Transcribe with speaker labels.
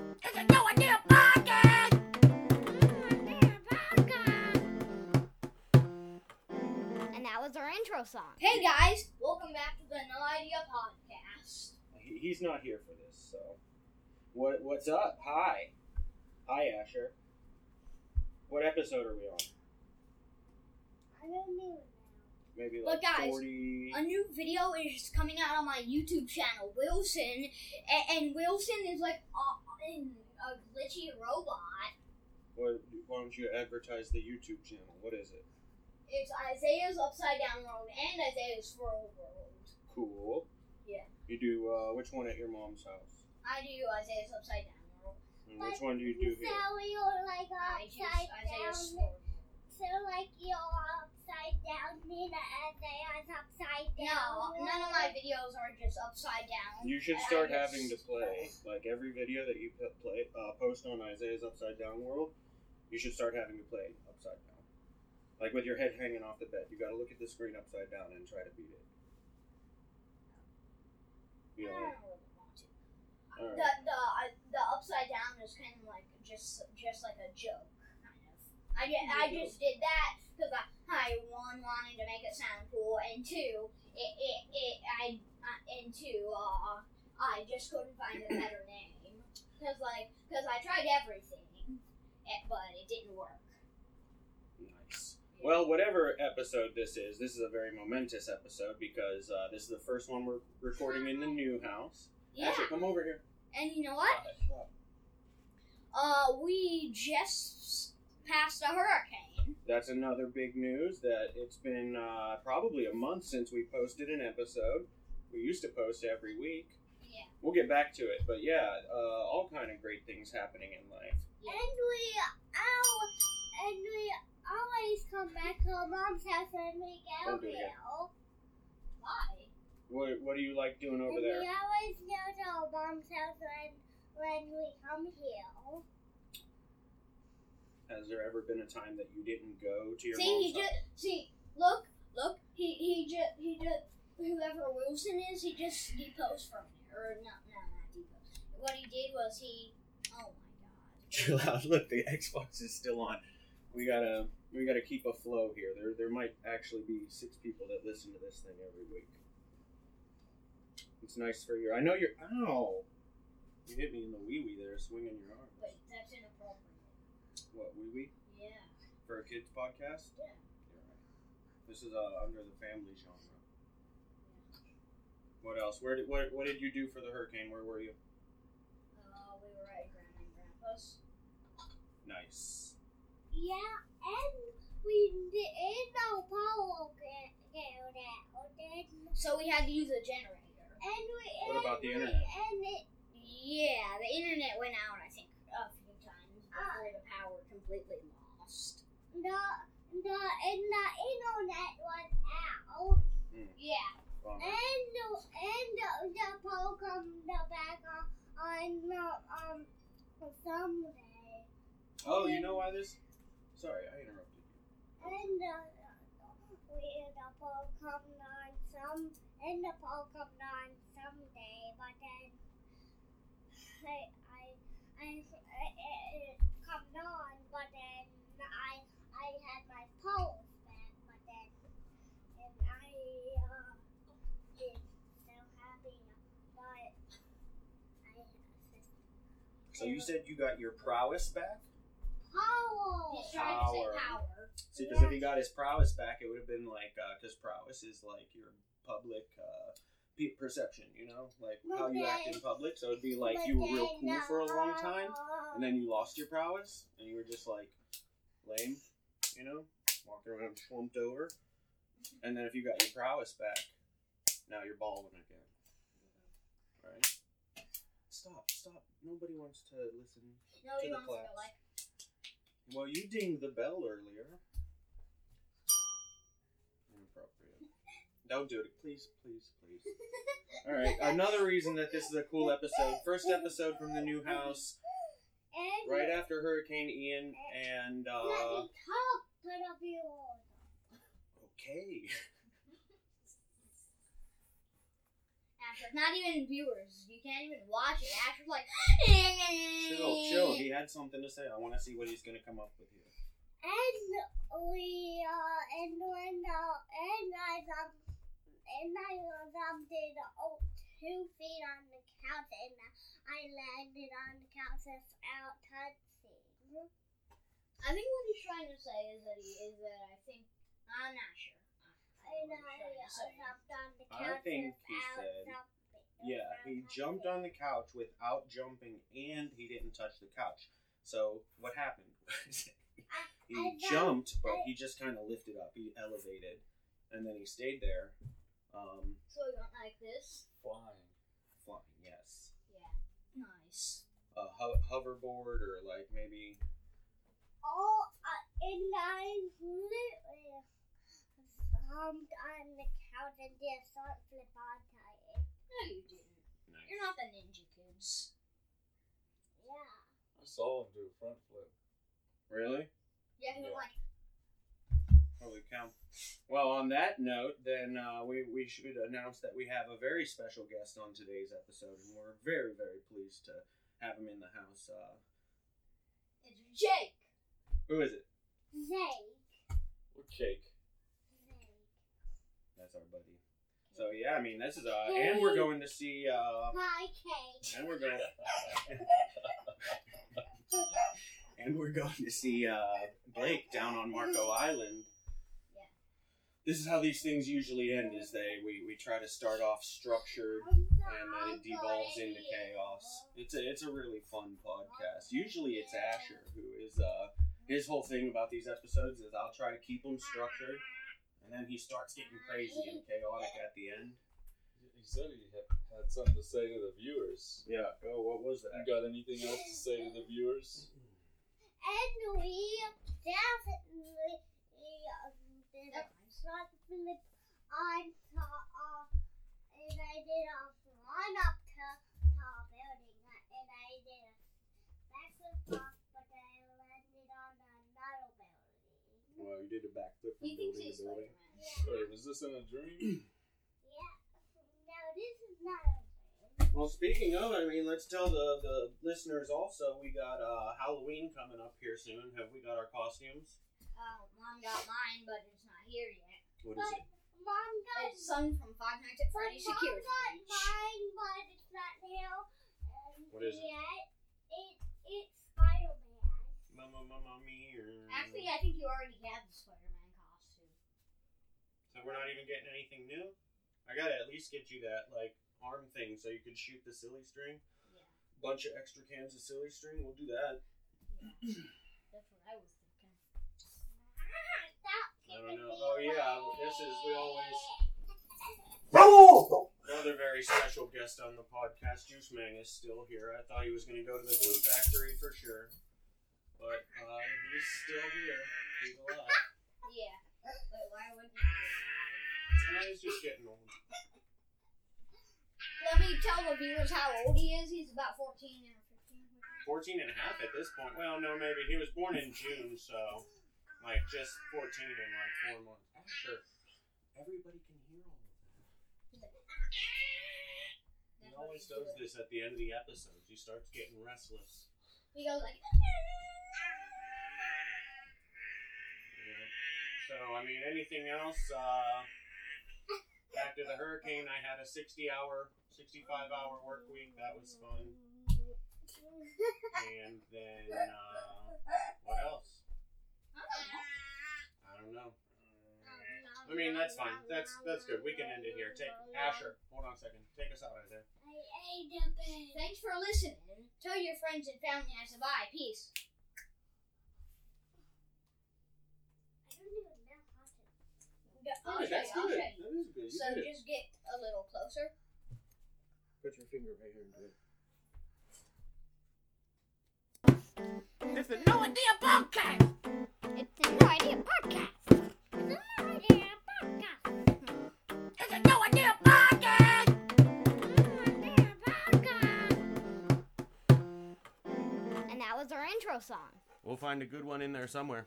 Speaker 1: listen to a damn podcast.
Speaker 2: And that was our intro song.
Speaker 3: Hey guys, welcome back to the No Idea Podcast.
Speaker 4: He, he's not here for this, so. What what's up? Hi. Hi Asher. What episode are we on?
Speaker 2: I don't know.
Speaker 4: Maybe like
Speaker 3: But guys,
Speaker 4: 40
Speaker 3: A new video is coming out on my YouTube channel, Wilson, a- and Wilson is like a, in a glitchy robot.
Speaker 4: What, why don't you advertise the YouTube channel? What is it?
Speaker 3: It's Isaiah's Upside Down World and Isaiah's World World.
Speaker 4: Cool.
Speaker 3: Yeah.
Speaker 4: You do uh, which one at your mom's house?
Speaker 3: I do Isaiah's Upside Down World.
Speaker 4: And which one do you do here?
Speaker 2: you're like
Speaker 3: I do
Speaker 2: upside
Speaker 3: Isaiah's
Speaker 2: down.
Speaker 3: World.
Speaker 2: So like you're upside down, Nina, and they are upside
Speaker 3: No,
Speaker 2: down.
Speaker 3: none of my videos are just upside down.
Speaker 4: You should
Speaker 3: I- I
Speaker 4: start
Speaker 3: just-
Speaker 4: having to play like every video that you put- play uh, post on Isaiah's Upside Down World. You should start having to play upside down, like with your head hanging off the bed. You got to look at the screen upside down and try to beat it.
Speaker 3: I
Speaker 4: You know,
Speaker 3: don't
Speaker 4: like,
Speaker 3: really want to.
Speaker 4: all right.
Speaker 3: The the uh, the upside down is kind of like just just like a joke, kind of. I just, I just did that because I, I one wanted to make it sound cool, and two it it, it I uh, and two uh I just couldn't find a better name because like because I tried everything, eh, but it didn't work.
Speaker 4: Nice. Well, whatever episode this is, this is a very momentous episode because uh, this is the first one we're recording in the new house.
Speaker 3: yeah.
Speaker 4: Asher, come over here.
Speaker 3: And you know what? Uh, we just passed a hurricane.
Speaker 4: That's another big news that it's been uh, probably a month since we posted an episode. We used to post every week.
Speaker 3: Yeah.
Speaker 4: We'll get back to it, but yeah, uh, all kind of great things happening in life.
Speaker 2: And we all and we always come back to our mom's house and we get a
Speaker 4: Don't do it again.
Speaker 2: meal.
Speaker 3: Why?
Speaker 4: What, what do you like doing over
Speaker 2: and
Speaker 4: there?
Speaker 2: we always go to our mom's house when when we come here.
Speaker 4: Has there ever been a time that you didn't go to your
Speaker 3: see, he
Speaker 4: mom's
Speaker 3: just see. Look, look. He he just he just whoever Wilson is, he just deposed from it. Or not, no, not deposed. What he did was he. Oh my god.
Speaker 4: chill out. Look, the Xbox is still on. We gotta we gotta keep a flow here. There there might actually be six people that listen to this thing every week. It's nice for your. I know you're. Ow! You hit me in the wee wee there, swinging your arm.
Speaker 3: Wait, that's inappropriate.
Speaker 4: What wee wee
Speaker 3: Yeah.
Speaker 4: for a kids podcast?
Speaker 3: Yeah.
Speaker 4: You're right. This is uh, under the family genre. What else? Where did what, what did you do for the hurricane? Where were you?
Speaker 3: Uh, we were at Grandma and Grandpa's.
Speaker 4: Nice.
Speaker 2: Yeah, and we did no power get, get out, and,
Speaker 3: So we had to use a generator.
Speaker 2: and we
Speaker 4: What
Speaker 2: and
Speaker 4: about the
Speaker 2: we,
Speaker 4: internet?
Speaker 2: And it,
Speaker 3: Yeah, the internet went out. I think a few times before the power completely lost.
Speaker 2: the the and the internet was out,
Speaker 4: Hmm.
Speaker 3: Yeah.
Speaker 4: Bummer.
Speaker 2: and the and the, the power come the back on on um Sunday,
Speaker 4: Oh, you know why this? Sorry, I interrupted you.
Speaker 2: and the we the power come on some and the power come on someday, but then I I I it, it come on, but then I I had my pulse back, but then and I uh, is so happy, but I
Speaker 4: So you said you got your prowess back?
Speaker 2: power.
Speaker 3: He's trying to say
Speaker 4: Power.
Speaker 3: power.
Speaker 4: See, because if he got his prowess back, it would have been like, because prowess is like your public uh, pe- perception, you know? Like how you act in public. So it'd be like
Speaker 2: But
Speaker 4: you were real cool
Speaker 2: then,
Speaker 4: for a long time,
Speaker 2: uh,
Speaker 4: and then you lost your prowess, and you were just like lame, you know? Walking around slumped over. And then if you got your prowess back, now you're balling again. Right? Stop, stop. Nobody wants to listen
Speaker 3: Nobody
Speaker 4: the
Speaker 3: wants to go
Speaker 4: class.
Speaker 3: like
Speaker 4: Well, you dinged the bell earlier. Inappropriate. Don't do it. Please, please, please. All right. Another reason that this is a cool episode. First episode from the new house,
Speaker 2: and
Speaker 4: right after Hurricane Ian, and,
Speaker 2: Let
Speaker 4: uh.
Speaker 2: me talk to the viewers.
Speaker 4: Okay.
Speaker 3: Asher. Not even viewers. You can't even watch it. Asher's like,
Speaker 4: Chill, had something to say. I want to see what he's going to come up with here.
Speaker 2: And we uh and when uh and I um and I was um did oh, two feet on the couch and I landed on the couch without touching.
Speaker 3: I think what he's trying to say is that he is that I think I'm not sure. I
Speaker 2: And
Speaker 3: don't know
Speaker 2: I
Speaker 3: what he's trying to
Speaker 2: uh,
Speaker 3: say.
Speaker 2: jumped on the
Speaker 4: I
Speaker 2: couch
Speaker 4: think he
Speaker 2: without
Speaker 4: said-
Speaker 2: jumping.
Speaker 4: Yeah, he jumped on the couch without jumping, and he didn't touch the couch. So what happened? was he
Speaker 2: I got-
Speaker 4: jumped, but
Speaker 2: I-
Speaker 4: he just kind of lifted up. He elevated, and then he stayed there, um,
Speaker 3: So he went like this.
Speaker 4: flying, flying. Yes,
Speaker 3: Yeah. Nice.
Speaker 4: a ho- hoverboard or like maybe
Speaker 2: all uh, and I literally jumped on the couch and did a short flip onto it.
Speaker 3: No, you didn't.
Speaker 4: nice.
Speaker 3: You're not the ninja kids.
Speaker 2: Yeah.
Speaker 5: I saw him do a front flip.
Speaker 4: Really?
Speaker 3: Yeah, he went
Speaker 5: Yeah.
Speaker 3: like
Speaker 4: Holy cow! Well, on that note, then uh, we we should announce that we have a very special guest on today's episode, and we're very very pleased to have him in the house. Uh,
Speaker 3: it's Jake.
Speaker 4: who is it?
Speaker 2: Zay.
Speaker 5: What cake?
Speaker 2: Zay.
Speaker 4: That's our buddy. So yeah, I mean this is uh, and we're going to see uh,
Speaker 2: Hi, Kate.
Speaker 4: and we're going, and we're going to see uh, Blake down on Marco Island.
Speaker 3: Yeah.
Speaker 4: This is how these things usually end: is they we, we try to start off structured, and then it devolves into chaos. It's a it's a really fun podcast. Usually it's Asher who is uh his whole thing about these episodes is I'll try to keep them structured, and then he starts getting crazy and chaotic at the end.
Speaker 5: He said he ha- had something to say to the viewers.
Speaker 4: Yeah. Oh, what was
Speaker 5: You
Speaker 4: that?
Speaker 5: got anything else to say to the viewers?
Speaker 2: And we definitely um, did a short flip onto uh, and I did a run up to to a building uh, and I did a backflip off, but I landed on another building.
Speaker 4: Well, you did a backflip
Speaker 3: He
Speaker 4: from
Speaker 3: thinks
Speaker 4: building
Speaker 3: he's
Speaker 4: to building.
Speaker 3: Spider Man.
Speaker 5: Wait, was this in a dream?
Speaker 2: Yeah. Now this is not a thing.
Speaker 4: Well, speaking of, I mean, let's tell the, the listeners also we got uh, Halloween coming up here soon. Have we got our costumes?
Speaker 3: Uh, mom got mine, but it's not here yet.
Speaker 4: What is
Speaker 2: But
Speaker 4: it?
Speaker 2: mom got
Speaker 3: It's son from Five Nights at
Speaker 2: but
Speaker 3: Freddy's
Speaker 2: mom
Speaker 3: Security.
Speaker 2: got mine, but it's not now. um,
Speaker 4: What is it?
Speaker 2: yet. It it's Spider Man.
Speaker 4: Mama, mama, me. Or...
Speaker 3: Actually, I think you already have the Spider Man costume.
Speaker 4: so we're not even getting anything new. I gotta at least get you that like arm thing so you could shoot the silly string.
Speaker 3: Yeah.
Speaker 4: Bunch of extra cans of silly string. We'll do that.
Speaker 3: Yeah. That's what I was thinking.
Speaker 4: I don't know. Oh yeah, this is we always
Speaker 1: Roll!
Speaker 4: Another very special guest on the podcast, Juice Man, is still here. I thought he was going to go to the glue factory for sure, but uh, he's still here. He's alive.
Speaker 3: Yeah. But why wouldn't you?
Speaker 4: Now he's just getting old.
Speaker 3: Let me tell the viewers how old he is. He's about 14 or 15.
Speaker 4: 14 and a half at this point. Well, no, maybe he was born in June, so like just 14 and like four months. I'm sure everybody can hear all of that. He
Speaker 3: That's what
Speaker 4: always does
Speaker 3: doing.
Speaker 4: this at the end of the episodes. He starts getting restless.
Speaker 3: He goes like,
Speaker 4: Yeah. So I mean, anything else? Uh, after the hurricane, I had a sixty-hour, sixty-five-hour work week. That was fun. And then uh, what else? I don't know. I mean, that's fine. That's that's good. We can end it here. Take Asher. Hold on a second. Take us out of there.
Speaker 2: I ate a bag.
Speaker 3: Thanks for listening. Tell your friends and family I survived. Peace.
Speaker 2: I don't even know how to.
Speaker 3: I'll show you. I'll show you. So
Speaker 4: That is good.
Speaker 3: just get a little closer.
Speaker 4: Put your finger right here and do it.
Speaker 1: It's a no idea podcast!
Speaker 2: It's a no idea podcast. It's a no idea podcast.
Speaker 1: It's a no idea podcast!
Speaker 2: No idea podcast. And that was our intro song.
Speaker 4: We'll find a good one in there somewhere.